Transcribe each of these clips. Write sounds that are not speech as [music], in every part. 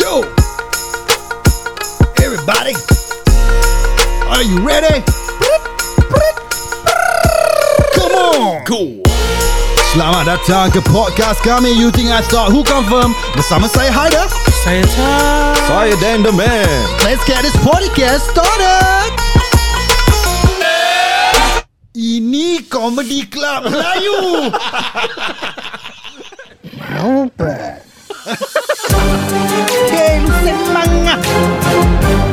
Yo! Everybody, are you ready? Come on! Cool. Selamat datang ke podcast kami You Think I Thought Who Confirm Bersama saya Haida Saya tak. Saya Dan The Man Let's get this podcast started Ini Comedy Club Melayu kain semangat.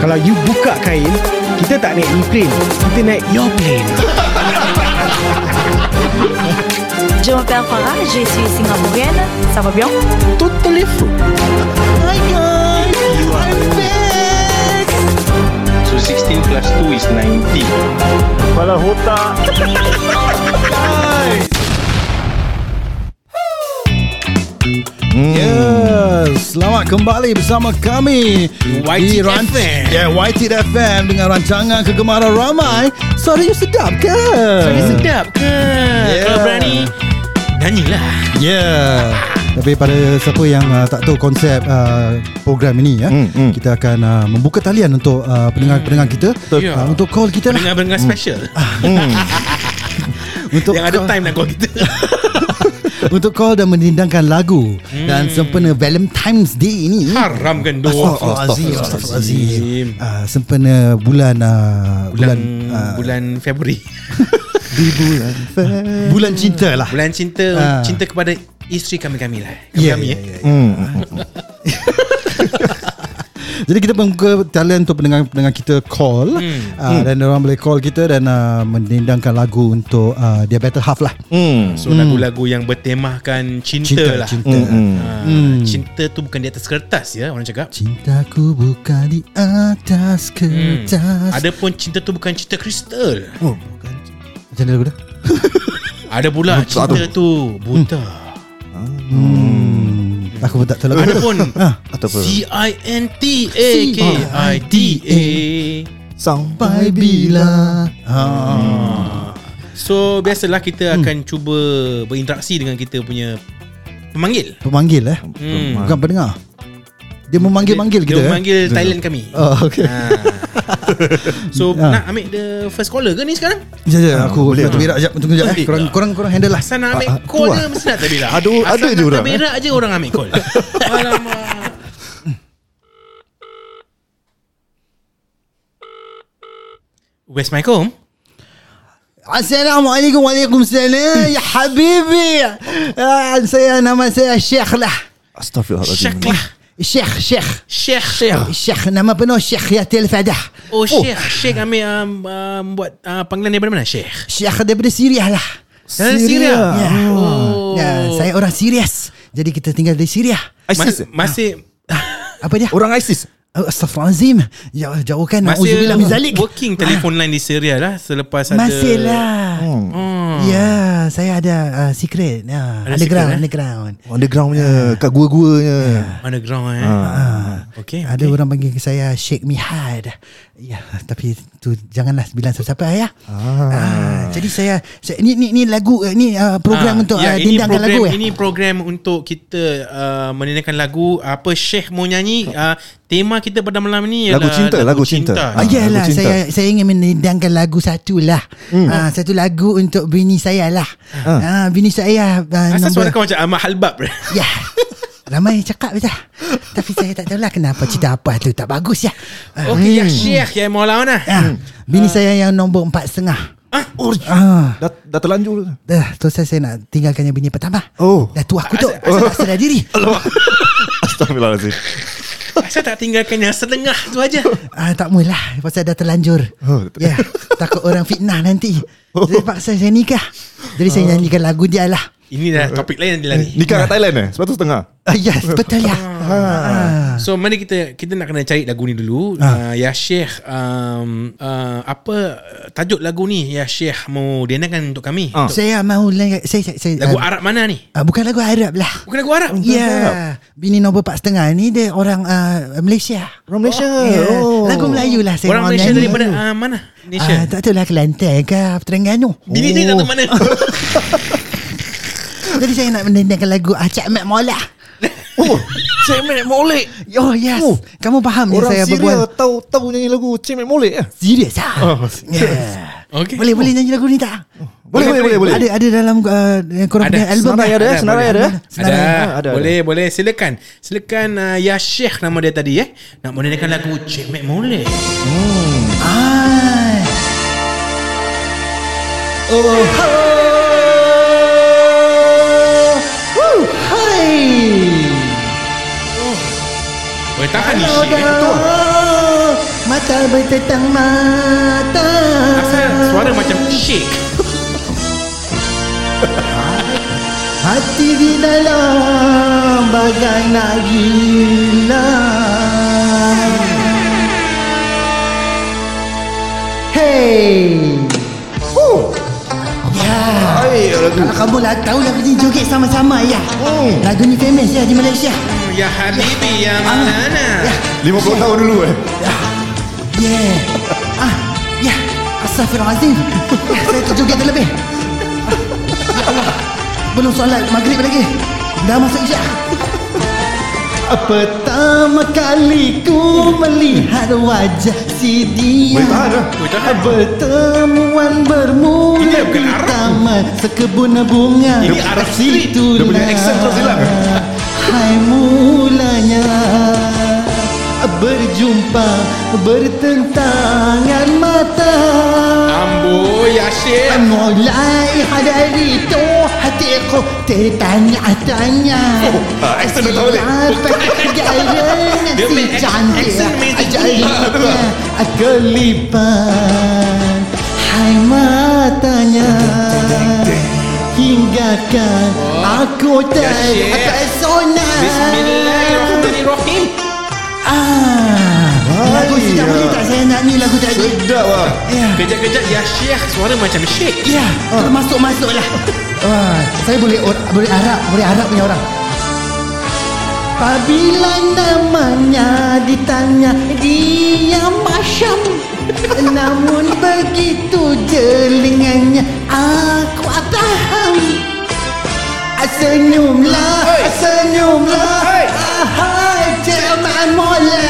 Kalau you buka kain, kita tak naik plane, kita naik your plane. Je m'appelle Farah, je suis singapourienne. Ça va bien? Totally full. Hi guys, I'm back So 16 plus 2 is 90. Yes, selamat kembali bersama kami YT ran- FM. Yeah, YT FM dengan rancangan kegemaran ramai Suara you sedap ke? Tapi sedap ke? Yeah. Kalau berani, nyanyilah. Yeah. Tapi pada siapa yang uh, tak tahu konsep uh, program ini ya, Hmm, hmm. kita akan uh, membuka talian untuk uh, pendengar-pendengar kita Ya. uh, untuk call kita lah. Dengar-dengar special. Untuk Yang ada call, time nak call kita. [laughs] untuk call dan menindangkan lagu hmm. dan sempena Valentine's Day ini. Haramkan doa. Astaghfirullahalazim. Astaghfirullahalazim. Ah, sempena bulan uh, bulan Bulan ah, Hmm, bulan Februari. di bulan bulan cinta lah. Bulan cinta Ah. cinta kepada isteri kami-kami lah. Kami-kami Ya, ya, eh. ya, ya. [laughs] Jadi kita membuka talian untuk pendengar-pendengar kita call hmm. Uh, dan orang boleh call kita dan uh, mendendangkan lagu untuk uh, dia better half lah. Hmm So lagu-lagu yang bertemakan cinta, Cinta, lah. cinta. Hmm. Ah, Cinta tu bukan di atas kertas ya orang cakap. Cintaku bukan di atas kertas. Ada pun cinta tu bukan cinta kristal. Oh, bukan. Macam mana lagu dah? Ada pula cinta tu buta. Hmm. Aku pun tak tahu lagu. Ada tu. pun Ah. Ataupun C I N T A K I D A. Sampai bila? Ha. Hmm. So biasalah kita Hmm. akan cuba berinteraksi dengan kita punya pemanggil. Pemanggil eh. Hmm. Bukan pendengar. Dia memanggil-manggil Dia- kita. Dia eh? memanggil Thailand kami. Ah, Oh, okay. Ha. hmm. So Ah. nak ambil the first caller ke ni sekarang? Sekejap, sekejap. Ya, Ah, Aku boleh tu berak sekejap. Tunggu sekejap. Eh. Korang, korang, korang handle lah. Asal nak ambil Ah, ah, call tu je ah. mesti nak [laughs] terberak. Ada- Asal ada je nak orang, eh. Terberak je orang ambil [laughs] call. Alamak. Westmycom. Assalamualaikum [laughs] Waalaikumsalam Ya habibi ah, Saya nama saya Syekh lah Astaghfirullahaladzim Syekh lah. Syekh Syekh Syekh. Syekh Nama penuh Syekh Yatil Fadah Oh, Syekh. Syekh ambil um, um, buat uh, panggilan daripada mana Syekh? Syekh daripada Syria lah Dari Syria. Ya. Oh. ya Saya orang Sirius Jadi kita tinggal di Syria ISIS Mas- masih [laughs] Apa dia? Orang ISIS Oh, Astaghfirullahalazim Jau- Jauhkan masih Na'udzubillah min zalik Ah, working telephone line di Syria lah selepas ada Masih lah Hmm. Ya Saya ada uh, secret uh, Underground Ada secret, eh? Underground Underground punya Kat gua-gua punya underground eh. Okay, Ada orang panggil saya Sheikh Mihad. Ya, tapi tu janganlah bilang siapa-siapa ya. Ah. jadi saya, saya ni ni ni lagu eh, ni uh, program Ah, untuk ya, uh, ini dindangkan program, lagu ya. Ini program untuk kita uh, menenangkan lagu ah, apa Syekh mau nyanyi uh, tema kita pada malam ni ialah Lagu cinta, lagu cinta. Ah, Ah, Yalah lagu cinta. saya saya ingin mendendangkan lagu satu lah hmm. ah, Satu lagu untuk bini saya lah ah. Bini saya ah, Asal nombor- suara kau macam Ahmad Halbab eh? Ya Ramai cakap je lah. Tapi saya tak tahulah kenapa cerita apa tu tak bagus ya Ah, Okey ya Syekh ya Maulana ah, Bini saya yang nombor empat setengah Urj. ah. Dah, dah terlanjur Dah, tu saya, saya nak tinggalkan yang bini pertama. Oh. Dah tua aku tu. Asal tak sedar diri. [laughs] Astaghfirullahaladzim Asal tak tinggalkan yang setengah tu aja Ah, tak mulalah. Pasal dah terlanjur. Oh, ya, takut orang fitnah nanti. Jadi paksa saya nikah. Jadi saya nyanyikan lagu dia lah. Ini dah topik lain yang dia lari Nikah kat Thailand eh Sepatu setengah Ah, yes, [laughs] betul ya. Ah. So mana kita kita nak kena cari lagu ni dulu. Uh, ya Syekh um, uh, apa tajuk lagu ni Ya Syekh mau denangkan untuk kami. Ah. Saya mahu la- saya, saya, saya Lagu ah, Arab mana ni? ah, bukan lagu Arab lah. Bukan lagu Arab. Ya, bini nombor empat setengah ni dia orang ah, Malaysia. Orang Malaysia Oh. Ya, Lagu Melayu lah saya Orang mahu Malaysia nyanyi. daripada uh, mana? Malaysia. Ah, tak tahulah Kelantan ke Terengganu. Bini dia tak tahu mana Jadi saya nak mendendangkan lagu Acak Mat Mola. Oh Cemek Molek Oh yes oh, Kamu faham ni Orang saya Syria berbual tahu tahu nyanyi lagu Cemek Molek eh? Serius lah Oh, yeah. Okay. Boleh boleh nyanyi lagu ni tak? Boleh boleh boleh boleh. Ada ada dalam uh, yang korang Ada. punya album lah. Senarai dah? ada, eh? Senarai ada, eh? Ada, Senarai. ada, Ada, Boleh boleh silakan Silakan uh, Ya Sheikh nama dia tadi eh Nak menyanyikan lagu Cik Mac Molek Ah. oh. Oh. Hai. Boleh tahan ni Sheikh eh? Betul. Mata bertetang mata. Asal suara macam Sheikh Hati di dalam bagai nak hilang Hey Ya Hai lagu. Kalau kamu lah tahu lagu ni joget sama-sama ya Hmm. Lagu ni famous ya di Malaysia Ya Habibi Ya Malana 50 tahun dulu eh. Yeah Ah Ya Astaghfirullahaladzim Ya, Saya terjoget terlebih Ah, Ya Allah Belum solat maghrib lagi Dah masuk isyak Pertama kali ku melihat wajah si dia Boleh tahan lah. Boleh tahan. Pertemuan bermula Ini bukan di Arab. taman Sekebun bunga Ini Arab Street. Situlah Dia punya accent terus hilang. eh? Hai mulanya Berjumpa Bertentangan mata Ambo Ya Sheikh Mulai hari itu hatiku tertanya-tanya Ah, accent dah tahu balik. Dia main Kerana si action- cantik Ah, action main Ajaibnya Kelipan Hai matanya Hinggakan Aku ter Syekh. Terpesona Bismillahirrahmanirrahim Ah, Lagu sedap Hai, boleh ya. tak saya nak ni lagu tadi Sedap lah. Ya Kejap-kejap Ya Sheikh Suara macam Sheikh Ya, termasuk-masuklah. Ah, saya boleh or- boleh Arab, boleh Arab punya orang. Apabila namanya ditanya Dia masyam Namun begitu jelingannya Aku ataham Senyumlah, senyumlah Hai, jangan mula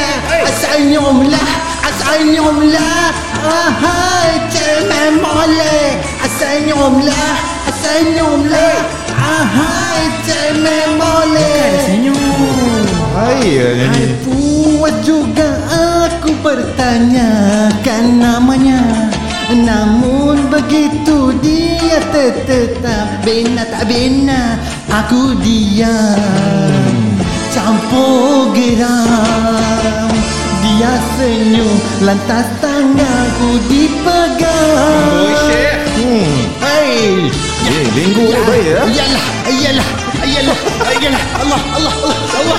Senyumlah, senyumlah Hai, jangan mula Senyumlah, senyumlah Hai, jangan mula Senyum Hai ya nyanyi. Hai puas juga aku bertanyakan namanya Namun begitu dia tetap bina tak bina Aku diam campur geram Dia senyum lantas tanganku Oh dipegang Sheikh Hmm. Hai Ya, linggu dia baik ya. Iyalah, iyalah, iyalah, iyalah Allah, Allah, Allah, Allah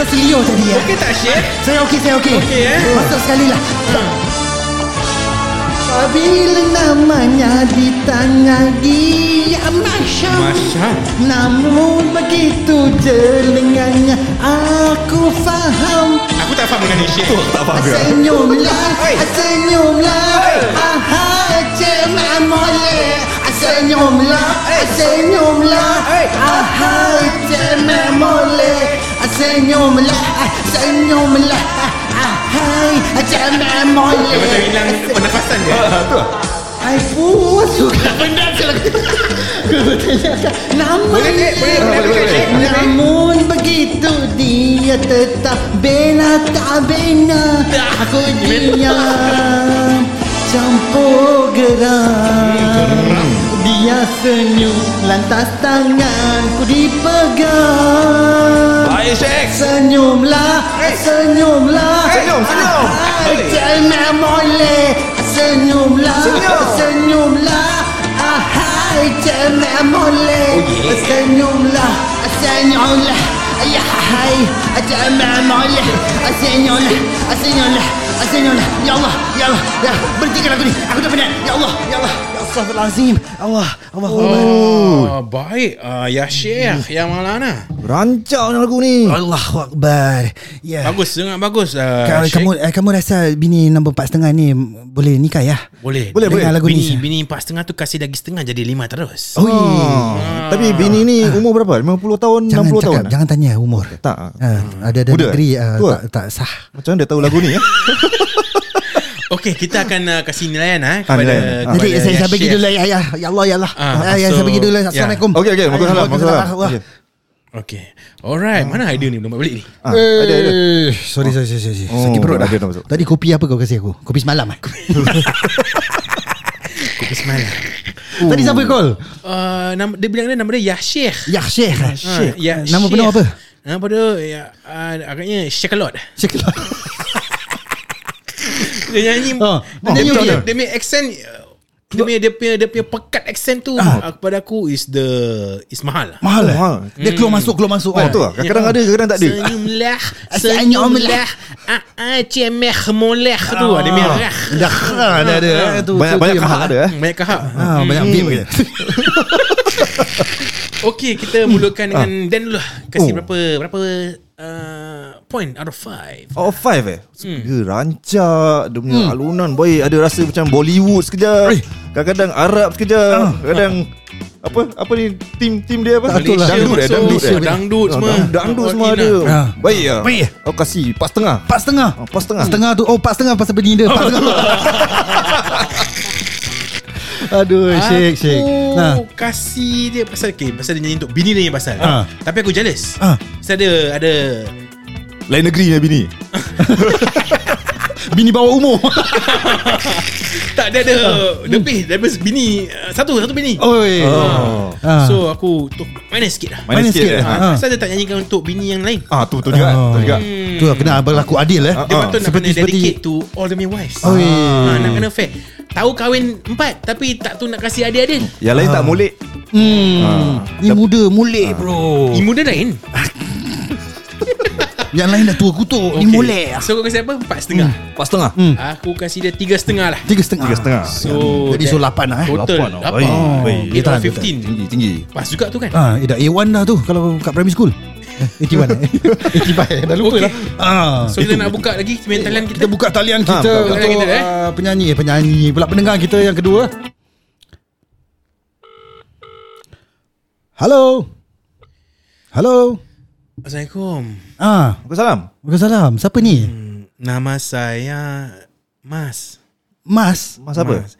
Terseliur tadi ya Okey tak Sheikh saya okey, saya okey. Okey, eh? Masuk sekali lah. Bila namanya ditanya dia Masyam Masyam. Namun begitu jelingannya aku faham Aku tak faham dengan ni Sheikh Tak faham ke? Senyumlah, senyumlah À, Aha, cemak molek Senyumlah, senyumlah Aha, cemak molek Senyumlah, senyumlah À, Aha, cemak Dia macam molek hilang pernafasan dia Ah, tu lah. Ai puas suka benda Namun Boleh, Dek, boleh, boleh, boleh, boleh. Namun begitu dia tetap bela tak bela Aku diam campur geram Dia senyum lantas tanganku dipegang Baik Syek. Senyumlah, senyumlah Senyum, senyum. Hai, Jangan boleh Senyumlah, Senyum. senyumlah Hai, jangan boleh Senyumlah, senyumlah Ya, hai, jangan boleh Senyumlah, senyumlah Senyumlah, ya Allah, ya Allah ya. Berhentikan aku ni, aku dah penat Ya Allah, ya Allah, ya Allah Astaghfirullahalazim. Allah, Allah. Oh, baik. Ah, ya Syekh, ya Maulana. Rancang lagu ni Allahu Akbar. Ya. Oh. Bagus, sangat bagus. ah, Kau, Syekh. kamu eh, kamu rasa bini nombor 4 setengah ni boleh nikah ya? boleh. Boleh, boleh. Lagu ni. bini, bini empat setengah tu kasih lagi setengah jadi lima terus. Ui, Ah. oh. Tapi bini ni umur berapa? 50 tahun, Ah. jangan 60 tahun cakap, jangan tanya umur. Tak Ah, ada ada Hmm. Muda? negeri ah, Tua? tak tak sah. Macam mana dia tahu lagu [laughs] ni ya? Okey, kita akan ah, kasih nilaian ah kepada, nilaian. Ah. kepada Jadi saya, Ya saya bagi Syekh. dulu ya ya. Ya Allah ya Allah. Ah, Ah, ya saya so, bagi dulu. ya. Assalamualaikum. Okey okey Waalaikumsalam Waalaikumsalam Waalaikumsalam. Okey. Okey. Alright, mana idea ni belum balik ni? Ah, Ada ada Eh, Sorry sorry sorry, sorry. Oh, Sakit perut dah. ada dah masuk. Tadi kopi apa kau kasih aku? Kopi semalam [laughs] ah. Kopi semalam. Ya. Tadi Oh. siapa call? Uh, nama, dia bilang dia nama dia Ya Syekh. Ya Syekh. Ah, Ya Nama Syekh. penuh apa? Nama dia ya, uh, agaknya Shakalot. Syekh. [laughs] [laughs] Dia Ah, nyanyi Oh, dia, ah, nyanyi betul dia, dia. dia punya accent uh, dia punya, dia punya dia punya pekat accent tu uh, kepada aku is the is mahal. Mahal. eh? Ah. Oh, Mahal. Dia keluar masuk keluar masuk. kan? [laughs] Oh, betul lah. Kadang-kadang ada, kadang-kadang tak ada. Senyumlah, [laughs] Senyumlah. senyumlah. Ah, ah, cemeh moleh tu Ah. ada merah. Dah Ah, ada ada. Tu- Banyak tu- tu banyak yang kahak mahal. ada eh Hmm, Banyak kahak. Ah, banyak beep kita. Okey, kita mulakan dengan Dan dulu. lah. Hmm. Ah. Kasih Oh. berapa berapa uh, point out of five. Out of five eh Hmm. Dia rancak Dia punya alunan Boy ada rasa macam Bollywood sekejap Kadang-kadang Arab sekejap Kadang Apa Apa ni Tim tim dia apa Ah. Tak tahu lah. Dangdut eh Dangdut masuk, eh Malaysia. dangdut Ah, semua. dang- Dangdut semua All in ada lah. Ah. Baik ya Baik, eh? Aku kasih Pas tengah Empat setengah. Ah, Pas tengah Setengah tu Oh empat setengah Pasal benda dia Empat setengah Aduh Syek Syek Aku ha. kasih dia pasal okay, pasal dia nyanyi untuk bini dia yang pasal. Ah. Tapi aku jealous. Ah. Pasal ada ada Lain negeri ya bini Bini bawah [laughs] umur tak dia ada Ah. lebih daripada bini uh, satu satu bini. Oi Oh. Ah. So aku tu minus sikit lah. Minus sikit, eh. ah. Ha. Pasal dia tak nyanyikan untuk bini yang lain. Ah Hmm. tu betul juga Oh. Betul juga Tu lah kena berlaku adil eh Dia patut nak Seperti- kena seperti- dedicate to all the my wives. Oi. Ha, nak kena fair. Tahu kahwin empat tapi tak tu nak kasih adik-adik. Yang lain tak molek Hmm. Ni muda Mulik bro Ibu dia lain. Ah, Yang lain dah tua kutuk Ni Okey. molek So kau kasih apa? Empat setengah. Pas tengah Hmm. Aku kasih dia tiga setengah lah. Tiga setengah Tiga setengah So Jadi so Oh, lapan lah eh Total Lapan lah. lapan. Baik, baik. Eight Betul, or fifteen. Tinggi tinggi Pas juga tu kan. Ah, eh, dah A1 dah tu Kalau kat primary [laughs] school Eh, 81 eh. 85 Dah lupa Okey. lah ah. So kita nak buka lagi Kita talent kita kita buka talian kita Ah, ha, buka untuk talian kita, eh. uh, penyanyi eh, penyanyi pula pendengar kita yang kedua. Halo. Halo. Assalamualaikum Ah, Aku salam Waalaikumsalam. Siapa ni? Nama saya Mas Mas. Hmm. Mas apa Mas.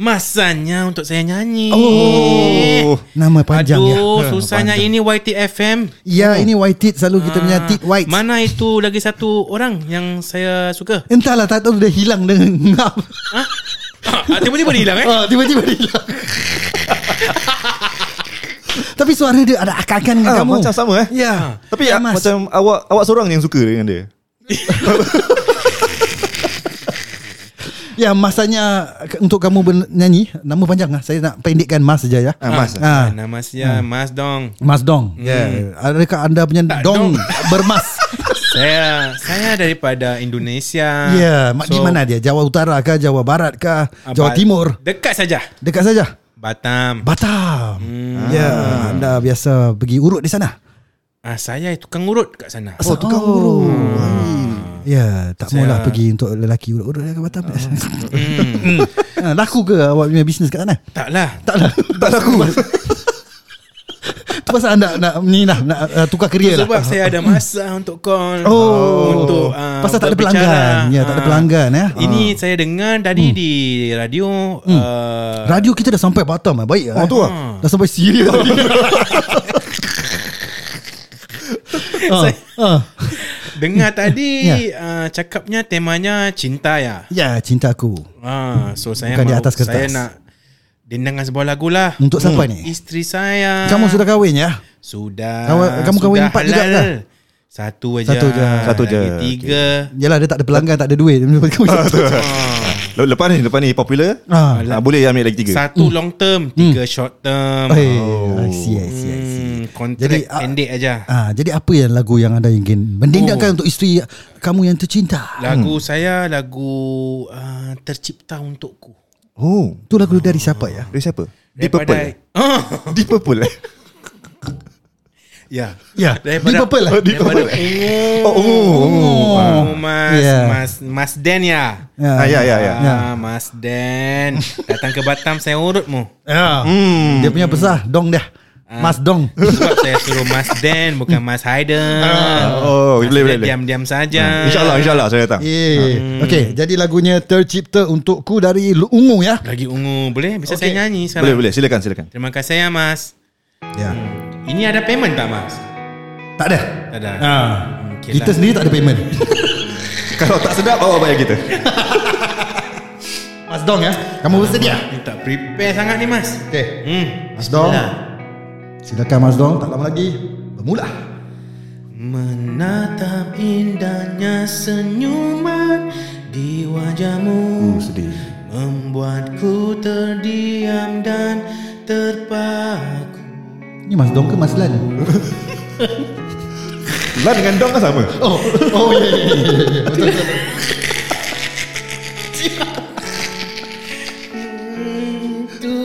Masanya untuk saya nyanyi Oh, nama panjang Aduh, ya. susahnya Oh. ini YTFM. Ya, ini White Tit selalu kita punya Tit White. Ah, Mana itu lagi satu orang yang saya suka? Entahlah tak tahu dia hilang dengan ngap. Ha? [laughs] Ah, Tiba-tiba dia hilang eh? Ah, tiba-tiba dia [laughs] hilang. Tapi suara dia ada akakan dengan Ah, kamu. macam sama eh? Ya. Tapi Ya, ah, Mas. macam awak awak seorang yang suka dengan dia. Ya masanya ke- untuk kamu bernyanyi nama panjang lah. Saya nak pendekkan Mas saja ya. Ah, Mas. Ah, Ah, Nama saya Mas Dong. Mas Dong. Ya. Adakah anda punya Tak, dong, dong. [laughs] bermas? Saya saya daripada Indonesia. ya, mak di mana dia? Jawa Utara kah, Jawa Barat kah, Jawa Ba- Timur? Ah, Dekat saja. Dekat saja. Batam. Batam. Ya, anda biasa pergi urut di sana. Ah, saya tukang urut kat sana. Oh, tukang urut. Ya, tak maulah pergi untuk lelaki urut-urut ke Batam. ah. [laughs] Hmm. Ha, laku ke awak punya bisnes kat sana? Taklah. Tak [laughs] lah Tak laku Tu pasal anda nak Ni lah nak, uh, Tukar kerja lah Sebab saya ada masa untuk call. Oh. Untuk ah, Pasal tak ada berbicara. pelanggan. Ya, tak ada Ah. pelanggan, Hmm. ya. Ini saya dengar tadi di radio Hmm. ah, Radio kita dah sampai Batam lah Baik lah Oh, tu lah. Dah sampai Syria tadi Ah, [laughs] Saya- ah. Hmm. dengar tadi ah, cakapnya temanya cinta ya. Ya cinta aku Ah, so saya Bukan di mau, atas kertas. saya nak dendangan sebuah lagu lah. Untuk siapa ni? Isteri saya. Kamu sudah kahwin ya Sudah. Kawan- kamu kahwin sudah empat juga halal. kah? Satu aja. Satu je. Satu je. Lagi tiga. Yalah dia tak ada pelanggan Tak ada duit [laughs] Ah, Le- Lepas ni, lepas ni popular. Ah. Ah, boleh ambil lagi tiga. Oh. Satu long term, tiga short term. Hmm. Eh, I see, I see, I see. Hmm, kontrak Jadi, Jadi, ah, pendek aja. Ah, jadi apa yang lagu yang anda ingin Oh. mendendangkan untuk isteri hmm. kamu yang tercinta? Lagu saya lagu uh, tercipta ah, untukku. Oh Tu lagu dari siapa ya? Dari siapa? Deep Purple Daripada Ah, Deep Purple eh? [laughs] Ya Ya, Deep Purple lah. Oh, Deep Purple Oh, oh, oh. Oh, Mas, Yeah. Mas, Mas Dan ya. Ah, ya, ya, ya. Ya. Ah, Mas Dan Datang ke Batam Saya urutmu Ya. Hmm. Dia punya besar dong dah. Ah. Mas dong. Sebab saya suruh Mas Dan Bukan Mas Haiden Oh, Mas boleh, Dan boleh, boleh. Diam-diam saja InsyaAllah InsyaAllah saya datang Yeah. Okay, Ah. jadi lagunya tercipta untukku dari Lu- Ungu ya. Lagi ungu Boleh? Bisa saya nyanyi sekarang Boleh boleh silakan silakan Terima kasih ya Mas Ya. Ini ada payment tak Mas? Tak ada. Tak ada Ah. Okay Kita lah. sendiri tak ada payment. Kalau tak sedap awak bayar kita [laughs] Mas dong ya. Kamu bersedia? Ini tak prepare sangat ni Mas Okay. Hmm Mas dong. Silakan Mas dong. Tak lama lagi. Bermula. Menatap indahnya senyuman di wajahmu sedih. Membuatku terdiam dan terpaku Ni Mas Dong ke Mas Lan? Lan dengan Dong kan sama Oh, oh ya. Yeah,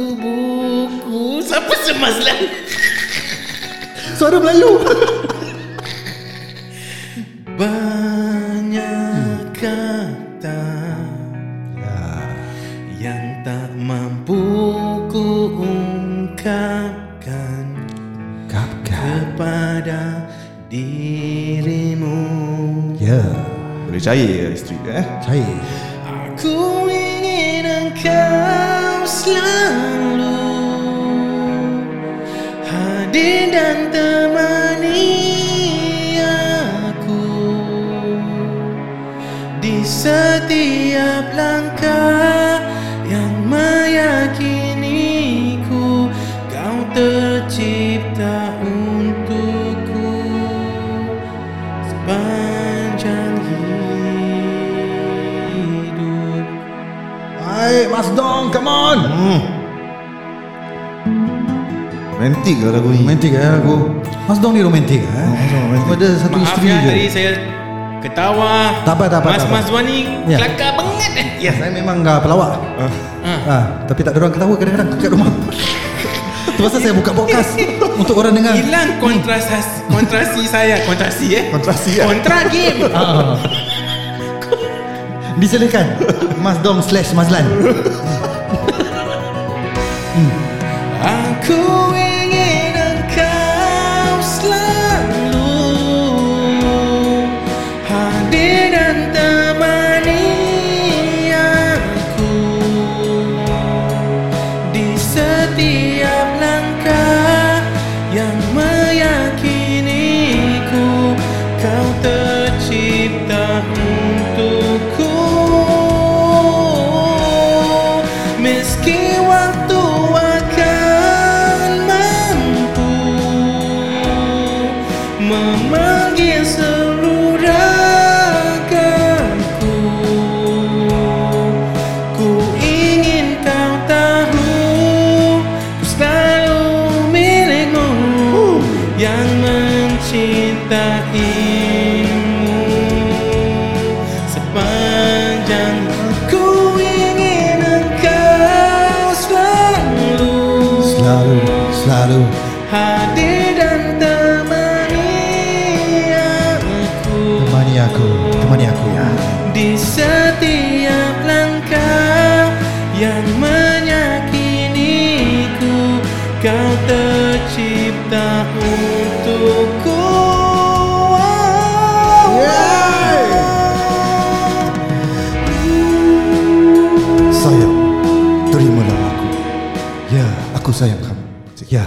Tubuhku Siapa lah? semaslan? [laughs] Suara Melayu. [laughs] Banyak kata Yang tak mampu ku ungkapkan Kapka. Kepada dirimu Ya. Boleh cair isteri eh Saya. Ku ingin engkau selalu Hadir dan temani aku Di setiap langkah yang meyakiniku Kau tercipta untukku Sepanjang hidup Baik Mas Dong, come on. Romantik lah lagu ni Romantik eh aku. Mas Dong ni romantik eh. Romantik. Ada satu Maaf isteri ya je. tadi saya ketawa. Tak apa, tak apa, Mas tak apa. Mas Wani Ya. kelakar banget eh. Ya, saya memang uh, pelawak. Ah, tapi tak ada orang ketawa kadang-kadang kat rumah. [laughs] Tu pasal saya buka podcast untuk orang dengar. Hilang kontras kontrasi saya, kontrasi eh. Kontrasi, ya. Kontra game. Ah. Disilakan Mas Dong slash Mas Lan Aku ingin engkau selalu hadir dan temani aku di setiap langkah yang meyakiniku kau tercipta untukku meski waktu akan mampu memanggil seluruh ragaku ku ingin kau tahu ku selalu milikmu yang mencintaimu sepanjang ku ingin engkau selalu Selalu Selalu hadir dan temani aku Temani aku Temani aku ya di setiap langkah yang menyakiniku kau tercipta untukku Sayang, terimalah aku. Ya, aku sayang kamu. Ya,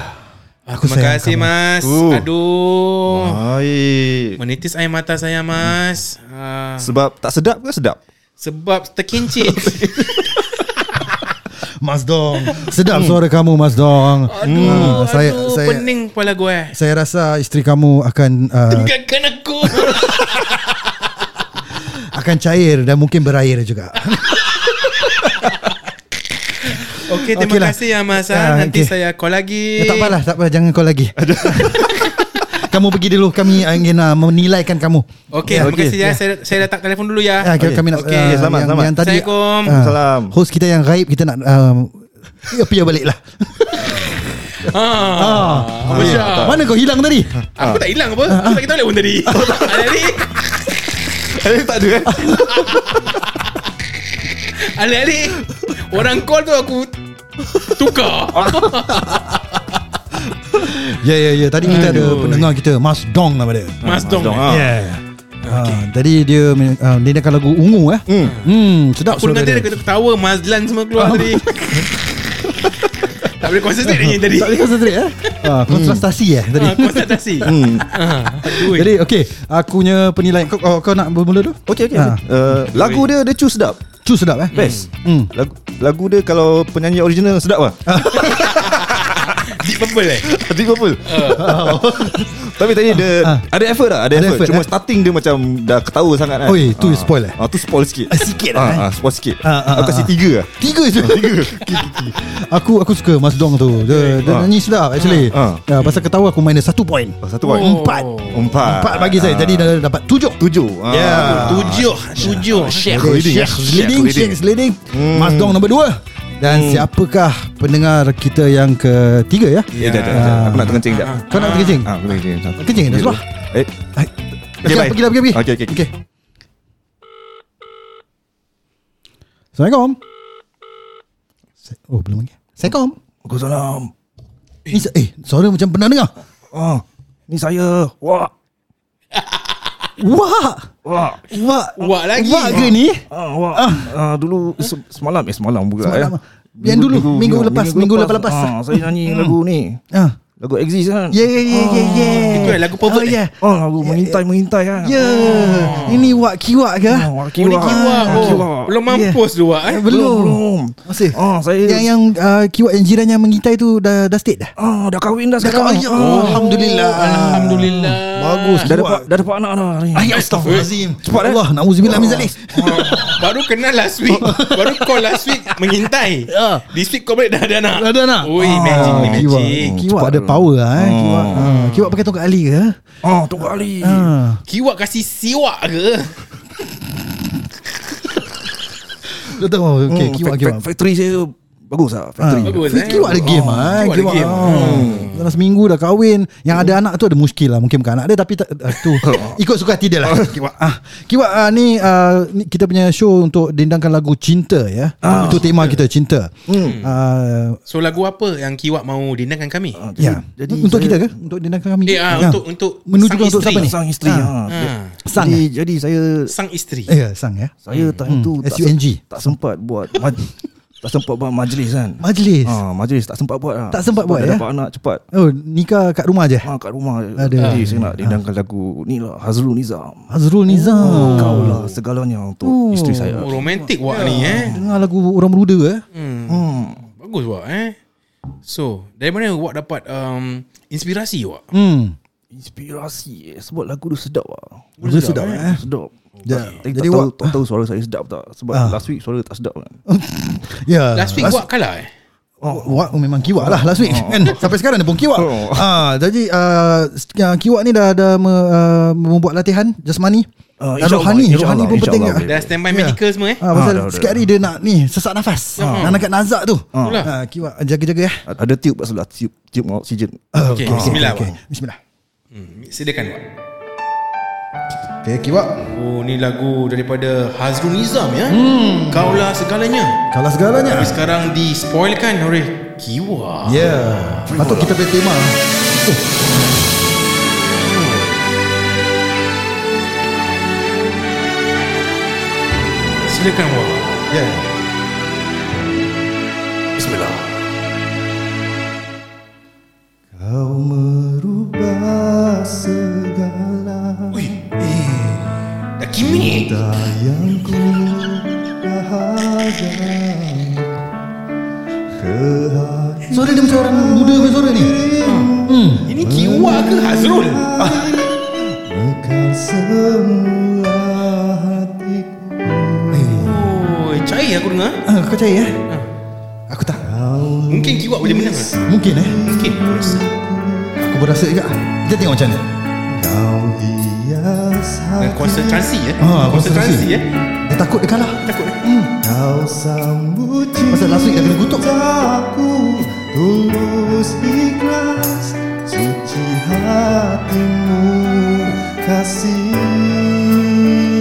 aku Terima sayang kasih kamu. mas Uh. Aduh Baik Menitis air mata saya mas Ah, Sebab tak sedap ke sedap? Sebab [laughs] terkincit Mas [laughs] Dong. Sedap suara kamu, Mas Dong. Aduh, Ah, aduh saya, saya, pening kepala gue saya rasa isteri kamu akan uh, Tegakkan aku akan cair dan mungkin berair juga. [laughs] Okey terima Okeylah. kasih ya mas Ah, ah. Nanti okey. saya call lagi ya, tak apalah, tak apalah. Jangan kau lagi. [laughs] kamu pergi dulu Kami ingin uh, menilaikan kamu Okey, okay. terima kasih ya. Saya saya letak telefon dulu ya. Ya, okay. kami nak Okey, ah, selamat, yang, selamat. yang tadi Assalamualaikum. ah, Salam. Host kita yang gaib kita nak um, appear balik lah. Ah. Masya. Mana kau hilang tadi? Aku tak hilang apa? Aku tak kita boleh pun tadi. Alih-alih. [laughs] Eh tak ada eh Alih-alih. Orang call tu aku tukar. Ah, Ya ya ya tadi kita ada pendengar kita Mas Dong nama dia. Ya. Mas Dong. Dong, ah. eh. Yeah. Okay. Ah, tadi dia uh, dia nak lagu ungu eh. Hmm, sedap Aku dengar dia kena ketawa Mazlan semua keluar tadi. tak boleh concentrate dia tadi. Tak boleh concentrate [laughs] eh. Ah, konsentrasi eh tadi. Ah, Konsentrasi. Ah, aduh. Jadi okey, akunya penilaian kau, kau, kau nak bermula dulu? Okay okay, Ah. okay. Uh, Lagu dia Dia choose sedap Choose sedap eh. Best Hmm. Ah. lagu, lagu dia kalau Penyanyi original sedap lah Deep Purple eh. [laughs] Deep Purple [laughs] Tapi tadi dia Ah. Ada effort lah Ada, Ada effort. effort, Cuma eh? starting dia macam Dah ketawa sangat kan Oi, tu spoil, eh? ah, Tu spoil sikit Ah, sikit lah, eh? ah, ah, Spoil sikit Ah, ah, Aku kasih ah. [laughs] tiga lah Tiga je Tiga Aku aku suka Mas Dong tu Dia, dia Ah. nyanyi sedap actually Ah. Ya, Pasal ketawa aku minus satu point Oh, Satu point Empat Empat Ah, Empat bagi saya Jadi dah dapat tujuh Tujuh ah. Ya. Tujuh. Tujuh. Syekh. Aku reading, eh. Syekh leading Aku reading. Hmm. Syekh leading Mas Dong nombor dua Dan siapakah pendengar kita yang ketiga ya? Ya dah dah, dah Aku nak terkencing sekejap Kau nak terkencing? Ah, aku nak terkencing sekejap. Kencing dah seluar? Eh Hai. Okay, Siap, bye. Pergilah pergi pergi Okay, okay, okay. okay. Assalamualaikum Sa- Oh belum lagi Assalamualaikum Waalaikumsalam Ni sa- eh suara macam pernah dengar. Ah, Ni saya Wah Wah. Wah Wah. Wah lagi. Wah ke ni? Ah, wah. Ah, dulu se- semalam eh semalam juga Semalam, ah. ya. Yang dulu, minggu lepas, minggu lepas-lepas. Ah, saya nyanyi lagu ni. Ah. Lagu Exist kan. Yeah yeah yeah yeah. yeah. Itu eh, lagu Oh pervert eh. yeah. Oh, lagu mengintai mengintai kan. Ya. Ini wak kiwak ke? Oh, wak Oh, ni kiwak. kiwak. Ah, Oh, kiwak. belum mampus tu Wak. Eh. [laughs] Belum. Belum. Masih. Ah, saya Yang yang uh, kiwak yang jiran yang mengitai tu dah dah state dah. Ah, dah kahwin dah Dah sekarang. Ah. kahwin. Oh, Alhamdulillah. Alhamdulillah. Bagus Dah dapat dah dapat anak dah ni. Ayat astaghfirullahalazim. Cepat eh? Allah, nauzubillah min zalik. Oh, Baru kenal last week Baru call last week Mengintai Ya. This week kau balik dah ada anak Dah ada anak. Ui magic ni Kiwak, magic kiwak ada power ah. Eh. Kiwak. Ah, Kiwak pakai tongkat ali ke? eh? Ah, tu kali. Ah. Kiwak kasih siwak ke Dah tahu. Okey, Hmm, kiwak fa- kiwak. fa- Factory saya bagus ah, factory. Bagus eh Kiwak ada game ah. Kiwak ada game Hmm. Dalam seminggu dah kahwin Yang ada anak tu ada muskil lah Mungkin bukan anak dia Tapi tak, ah, [laughs] tu Ikut suka hati [laughs] dia lah Kiwak ah. Kiwak ah, ni, ah, ni Kita punya show Untuk dendangkan lagu Cinta ya Itu tema kita Cinta Ah, So lagu apa Yang Kiwak mau dindangkan kami Ya Ah, jadi Untuk saya- kita ke? Untuk dendangkan kami Eh ah, Ya. untuk untuk Menuju sang kau untuk isteri. siapa ni? Sang isteri. Ah. ah. Ah, Sang Jadi eh? jadi saya Sang isteri Ya sang ya Saya time tu tak, SUNG. sem- tak sempat buat maj, [laughs] tak sempat buat majlis kan. Majlis Ah, majlis tak sempat buat lah. Tak sempat Sebab buat, dah ya? Dapat anak cepat. Oh nikah kat rumah je Ha, kat rumah Ada. Ah. Ada. Jadi saya nak dendangkan lagu ni lah Hazrul Nizam. Azrul Nizam Kau lah segalanya untuk Oh. isteri saya. Oh romantik Wak ni eh Dengar lagu orang muda eh hmm. Hmm. Bagus Wak eh So Dari mana Wak dapat um, Inspirasi Wak Hmm Inspirasi eh. Sebab lagu tu sedap lah. Lagu sedap, eh? Sedap. Ya. Tapi Jadi tak tahu, wak- tak tahu suara saya sedap tak Sebab Ah. last week suara tak sedap kan Ya Last week Wak kalah eh Oh. Wak memang kiwak lah last week kan sampai sekarang dia pun kiwak. Oh. Ah jadi uh, kiwak ni dah dah me, uh, membuat latihan jasmani. Ah, dan insyaAllah, rohani, insyaAllah, rohani pun penting. juga. insyaAllah boleh. Dah standby Ya. medical semua eh Ah, pasal Ah, dah, dah, sikit hari dia nak ni sesak nafas. Ah. Nak dekat nazak tu. Itulah. Ah, kiwak jaga-jaga eh. Ada tiup kat sebelah Tiup, tiup dengan oksigen Ah, Okey, bismillah, okey. Wak. Bismillah. hmm. Silakan Wak Okey kiwak. Oh ni lagu daripada Hazrul Nizam ya hmm. Kaulah segalanya Kalau segalanya. Tapi sekarang di spoilkan oleh Kiwa. Ya. Yeah. Patut kita punya tema. Oh. Silakan Wak. Ya. Yeah. Bismillah Kau merubah segala Ui. Eh. Dah kimi. Sayangku bahagia Kehadiran Suara dia macam orang muda punya suara ni. Ini Kiwa ke Hazrul? Mekar semula hatiku Oh, cair aku dengar. Ah, kau percaya eh? Aku tak. Mungkin Kiwa boleh menang. ah. Mungkin eh. Mungkin aku rasa. Aku berasa juga Kita tengok macam mana Kau hias Dengan hati konsentrasi eh. Ah, konsentrasi eh. Dia takut dia kalah. Hmm. Takut eh. Kau sambut Pasal last week dah kena kutuk. cintaku Tulus ikhlas Suci hatimu Kasih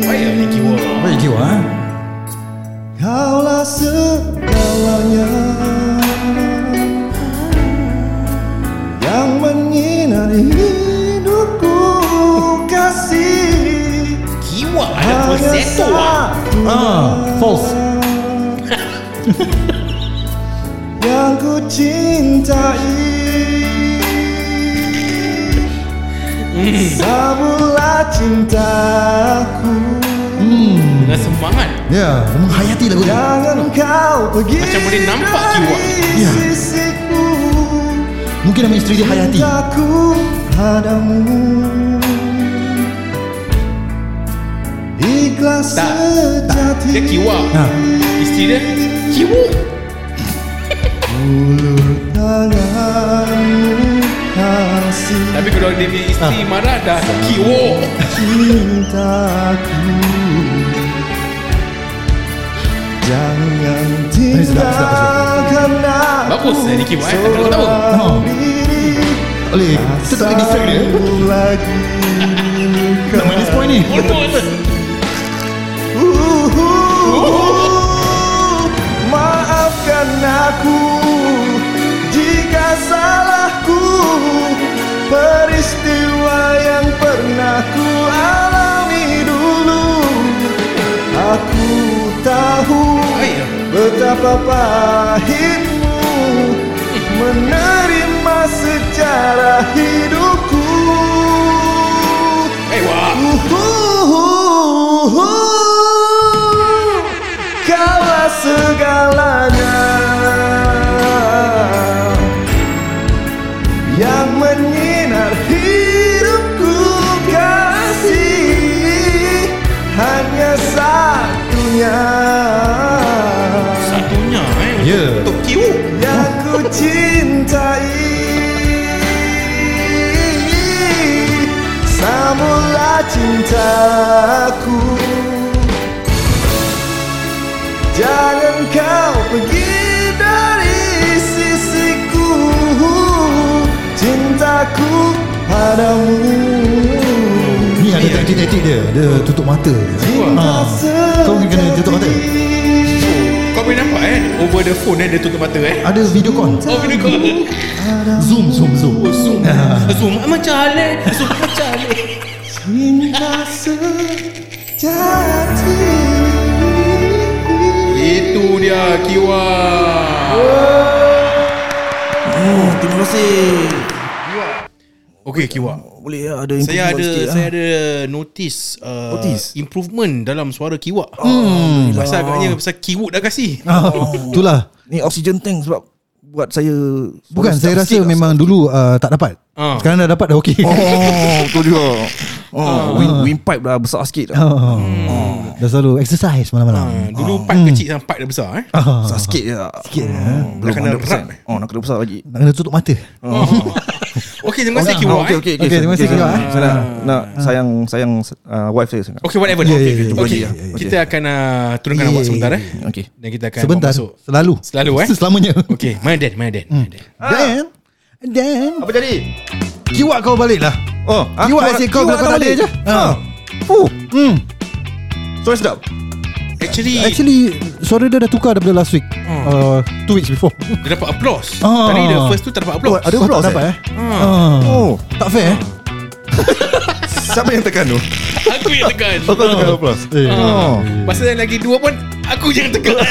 Baik lah, ni jiwa. Baik jiwa eh? Kaulah segalanya Yang menyinari hidupku Kasih Jiwa ada falsetto ah. Ah, [laughs] false. Yang ku cintai Hmm. Sabulah cintaku Dengan Hmm. semangat. Ya, yeah, menghayati lagu ni. Jangan kau pergi Macam boleh nampak dari kiwak. Ya. sisiku Mungkin nama isteri dia hayati. Cintaku padamu Ikhlas Tak, sejati Dia kiwa. Ha. Isteri dia kiwa. Ulur tanganmu Kasih Tapi kalau dia punya isteri Ha. marah dah kiwa. cintaku Jangan tinggalkan aku Bagus eh ni kiwa eh. Tak tahu tahu. Oh. Diri Boleh, kita tak boleh distract dia. Selalu lagi Nak minus point ni. Bonus. Uhuh. Maafkan aku Jika salahku Peristiwa yang pernah ku alami dulu Aku tahu Baik. eh. Betapa pahitmu Menerima secara hidupku Eh wah. Uhuhuhu. Kaulah segalanya Yang menyinar hidupku kasih Hanya satunya Satunya eh. Ya. Untuk kiwa. Yang ku cintai Samulah cintaku Jangan kau pergi dari sisiku Cintaku padamu Ni ada taktik-taktik dia. Dia tutup mata. Ah. Kau mungkin kena tutup mata. Kau boleh nampak eh Over the phone eh Dia tutup mata eh [laughs] Ada video call. Oh video call Zoom, zoom, zoom. Oh zoom Zoom macam Ale Zoom macam Ale Cinta sejati Itu dia Kiwa Oh, terima kasih Okay Kiwa Boleh ya, ada Saya improvement ada sikit, Saya ah. ada Notice uh, Notice? Oh, Improvement Dalam suara Kiwa hmm. Pasal agaknya Pasal keyword dah kasih Ah, itulah. Ni oxygen tank sebab Buat saya Bukan, suara saya sedap rasa sikit lah. memang dulu ah, tak dapat. Ah. Sekarang dah dapat dah okey. [laughs] Oh, betul juga Oh, wind, wind pipe dah besar sikit lah. dah. Oh. Dah selalu exercise uh, malam-malam. Dulu Oh. Hmm. part kecil Sama part dah besar eh Ah. Besar sikit je lah Sikit je, Belum kena 100% rap, eh. Oh, nak kena besar lagi Nak kena tutup mata. Oh. [laughs] Okay terima kasih Kiwa okay, eh okay, Okay, terima kasih, saya- Kiwak, eh. Saya nak, nak sayang, sayang uh, wife saya sangat Okay whatever Yeah, Okay, yeah, okay, yeah, okay. yeah, yeah, ya. yeah. Kita akan uh, Turunkan Yeah, awak yeah, sebentar eh Okay Dan kita akan ya, Sebentar. Hmm. masuk Selalu. Selalu, eh? [laughs] Ah. Selamanya. Okay Mana Dan Mana Dan, mana Dan. Dan, Dan, Apa jadi? kiwak kau balik lah. Oh, ah, Kiwak asyik kau kiwak kalau kau tak ada balik. je. Ah. Oh. Hmm. Suara sedap Actually, Actually Actually Suara dia dah tukar Daripada last week uh, Two weeks before Dia dapat applause Ah. Tadi the first tu tak dapat applause Ada Kau applause, tak dapat eh? eh, Ah. Oh. Tak fair eh Siapa yang tekan tu? Aku yang tekan Oh, Kau tekan applause Eh. Oh Pasal yang lagi dua pun Aku yang [laughs] tekan Ya.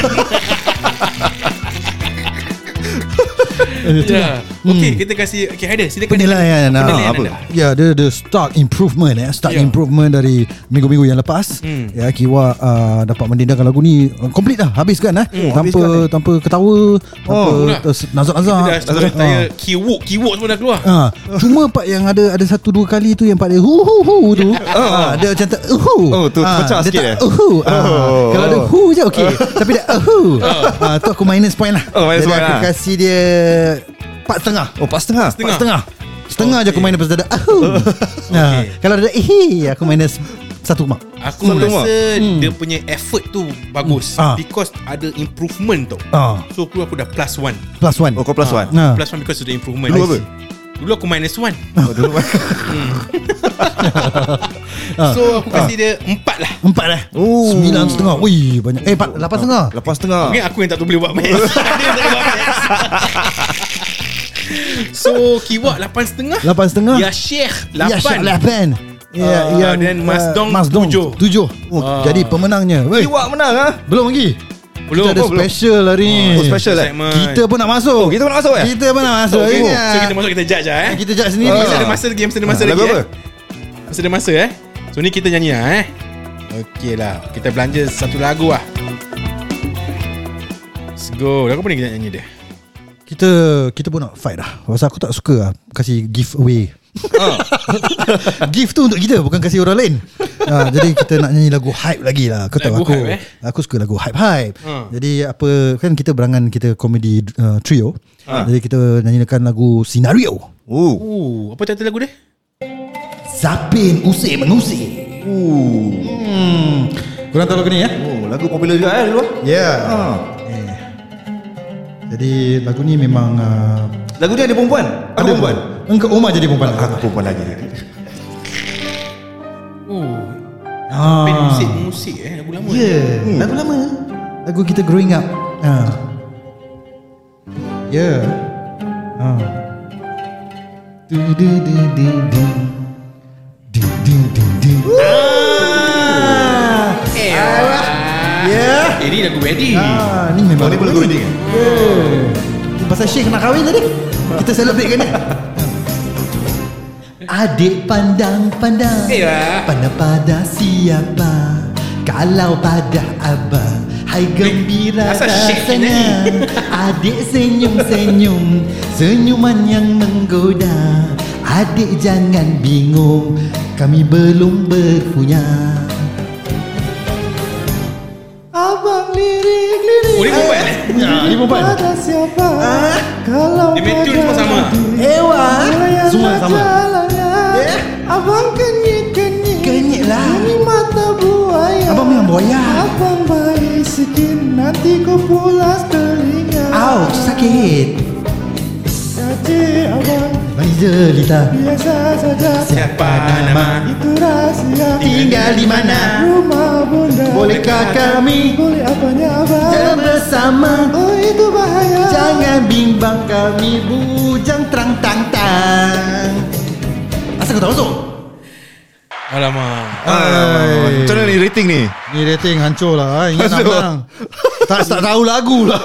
Eh, itulah. Ya Okay kita kasih Okay Haider silakan Penilaian ah, Penilaian apa? anda. Ya dia the stark improvement eh stark Ya. improvement dari minggu-minggu yang lepas. Hmm. Ya Kiwa uh, dapat mendendangkan lagu ni uh, complete dah habiskan eh Hmm, tanpa habiskan, eh. tanpa ketawa tanpa Itulah. oh, nazar-nazar. Kita dah cakap saya Ah. Keyword Keyword semua dah keluar Ha, cuma part yang ada ada satu dua kali tu yang part dia hu hu hu tu. ha, dia macam tak uh, hu. Oh, tu pecah sikit dia eh? tak, uh, hu. Ha, Oh. Kalau ada hu je okey. Tapi dia uh, hu. ha, tu aku minus point lah. Oh, minus Jadi point aku lah. kasi dia part setengah. Oh, pas tengah Part setengah. Setengah okay. je aku minus pasal ada ahu. okay. Ha, Kalau ada ihi aku minus satu mark. Aku Satu mark. rasa dia punya effort tu bagus Hmm. Ah. because ada improvement tau. Ah. So aku aku dah plus one. Plus one. Oh kau plus [laughs] one Ah. Plus one because ada improvement. Dulu apa? Dulu aku minus one. Oh, dulu So aku kasi dia empat lah. Ah. Empat lah. Oh. Sembilan setengah. Wih banyak. Eh empat, lapan setengah. Lepas tengah Mungkin aku yang tak tahu boleh buat [laughs] maths Dia tak boleh buat maths So Kiwak 8.5 Lapan setengah. Ya Syekh Ya, Syah 8 lapan. Ya, Ah, yang dan Mas ah, Dong Mas Dong tujuh. Ah. tujuh. Oh, Jadi pemenangnya. Weh, Iwak menang ah. belum lagi. Belum Kita ada special hari ni. Oh special eh. Segment. Kita pun nak masuk. Oh, kita pun nak masuk, eh? Kita pun nak masuk. Okay. ingat. Oh, So kita masuk kita judge lah eh Kita judge sendiri. Ah. Masa ada masa lagi Masa ada masa Ah, lagi lagu eh apa? Masa ada masa eh So ni kita nyanyi lah eh Okey lah Kita belanja satu lagu lah Let's go Lagu apa ni kita nyanyi dia Kita kita pun nak fight dah. Pasal aku tak suka lah kasih giveaway. Ah. [laughs] Gift tu untuk kita bukan kasih orang lain. ha, jadi kita nak nyanyi lagu hype lagi lah. Kau tahu Lagu aku hype, eh? aku suka lagu hype hype. Ha. Jadi apa kan kita berangan kita komedi uh, trio. Ah. Jadi kita nyanyikan lagu Scenario. Oh. Ooh, Apa title lagu dia Zapin usir mengusir. Hmm. Korang tahu lagu ni ya? Oh, lagu popular juga eh dulu. ah. Ya. Yeah. Ha. Eh. Jadi lagu ni memang uh, Lagu dia ada perempuan. Aku ada perempuan. Ah, Engkau Omar jadi perempuan. Aku perempuan lagi. Oh Ah. Pen musik Musik eh Lagu lama Ya, hmm. lagu lama. Lagu kita growing up. Ha. Ya. Yeah. Ha. Du du du du du. Du du du du. Ah. Eh, ah. Yeah. Eh, ni lagu wedding. Ah, ni memang. Oh, ni pun lagu wedding, eh? Yeah. Pasal Syekh nak kahwin tadi. Kita celebrate kan ni. Adik pandang-pandang Eh lah. Pandang pada siapa Kalau pada abah Hai gembira asal Syekh rasanya Adik senyum-senyum Senyuman yang menggoda Adik jangan bingung Kami belum berpunya Abang lirik-lirik Oh, ni perempuan eh? Ya, ni perempuan Pada siapa Ah. Kalau Dia main tune semua sama. Ewa Semua sama yeah. Abang kenyik-kenyik Kenyik lah. Ini mata buaya Abang memang buaya. Abang baik sikit Nanti kau pulas telinga Au, sakit Jadi abang Mari je Lita Biasa saja Siapa nama? Itu rahsia Tinggal di mana Rumah bunda Bolehkah kami Boleh apanya abang Jalan bersama Oh itu bahaya Jangan bimbang kami Bujang terang tang tang Asal kau tak masuk? Alamak. [laughs] Ah, Macam mana ni rating ni? Ni rating hancur lah Ingat nak Masuk. menang tak, tak tahu lagu lah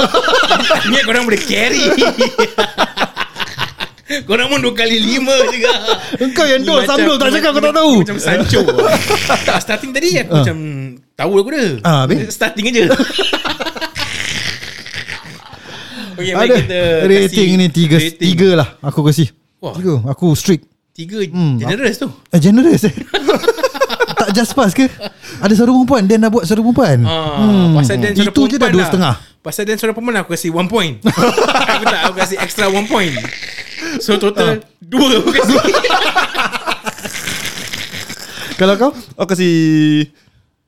Ni korang boleh carry. [laughs] korang pun dua kali lima juga. Engkau yang dol, Macam- Samdol tak cakap kau tak tahu. Macam Sancho. [laughs] tak, starting tadi aku macam tahu aku dia. Ah, habis? Starting [laughs] aja. Okay, baik Ada kita Rating kasi ni tiga, rating. tiga lah Aku kasi Wah. Tiga Aku strict Tiga Hmm. generous tu. Eh, generous eh [laughs] Tak just pass ke Ada seorang perempuan Dan dah buat seorang perempuan Hmm. Ah, pasal Dan suara Itu je dah perempuan dua lah. setengah Pasal Dan suara perempuan aku kasi one point. [laughs] aku tak, aku kasi extra one point. So Ah. total dua [laughs] aku kasi. Kalau kau Aku kasi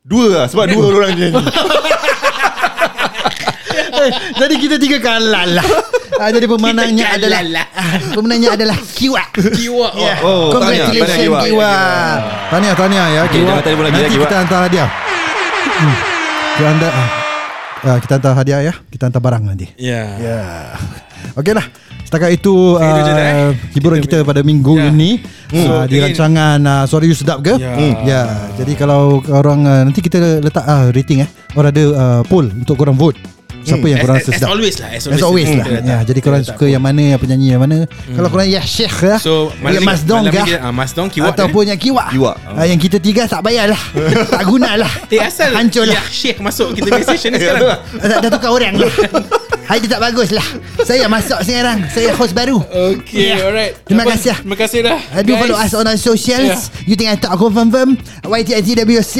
dua lah sebab dua orang je nyanyi. eh, Jadi kita tiga kalah lah ah, Jadi pemenangnya Kita kalah adalah lah. ah, Pemenangnya adalah [laughs] Kiwa Kiwak. Yeah. Oh, tahniah, tahniah Congratulations Iwak. Kiwa Tahniah tahniah ya Okay, Kiwa jangan telefon lagi, Nanti ya, Kiwa. kita hantar hadiah Hmm. Kita hantar ah. Ah, Kita hantar hadiah ya Kita hantar barang nanti Yeah. Ya. Okey lah. Setakat itu, Okey, itu je dah, eh. uh, hiburan Kita- kita, pada minggu Ya. ini Hmm. uh, di Ini- rancangan uh, Suara You Sedap ke? Ya. Ya. Jadi kalau orang uh, nanti kita letak uh, rating eh. Orang ada uh, poll untuk korang vote. Siapa yang Hmm. As- korang as- rasa as sedap? always lah, as As always. always Hmm. lah. Kita letak- Ya, jadi kita korang letak Hmm. suka yang mana, yang penyanyi yang mana. Kalau korang ya Syekh lah. So, malam ya ni- Mas Dong malam ni kah? dia, ah, Mas Dong, Kiwak Ataupun yang Kiwak. Kiwak. Ah, yang kita tiga tak payahlah. [laughs] tak gunalah. Eh asal Hancur lah. Ya. Ya Syekh masuk kita punya [laughs] session ni sekarang Dah, dah tukar orang lah Hari tu tak bagus lah Saya masuk sekarang Saya host baru Okay Ya. alright Terima Apa- kasih lah. Terima kasih dah Do follow us guys. on our socials Yeah. You think I talk confirm YTITWC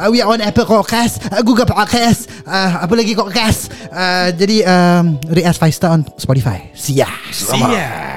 uh, We are on Apple Podcast uh, Google Podcast uh, Apa lagi Podcast uh, Jadi um, Rate us 5 star on Spotify See ya See ya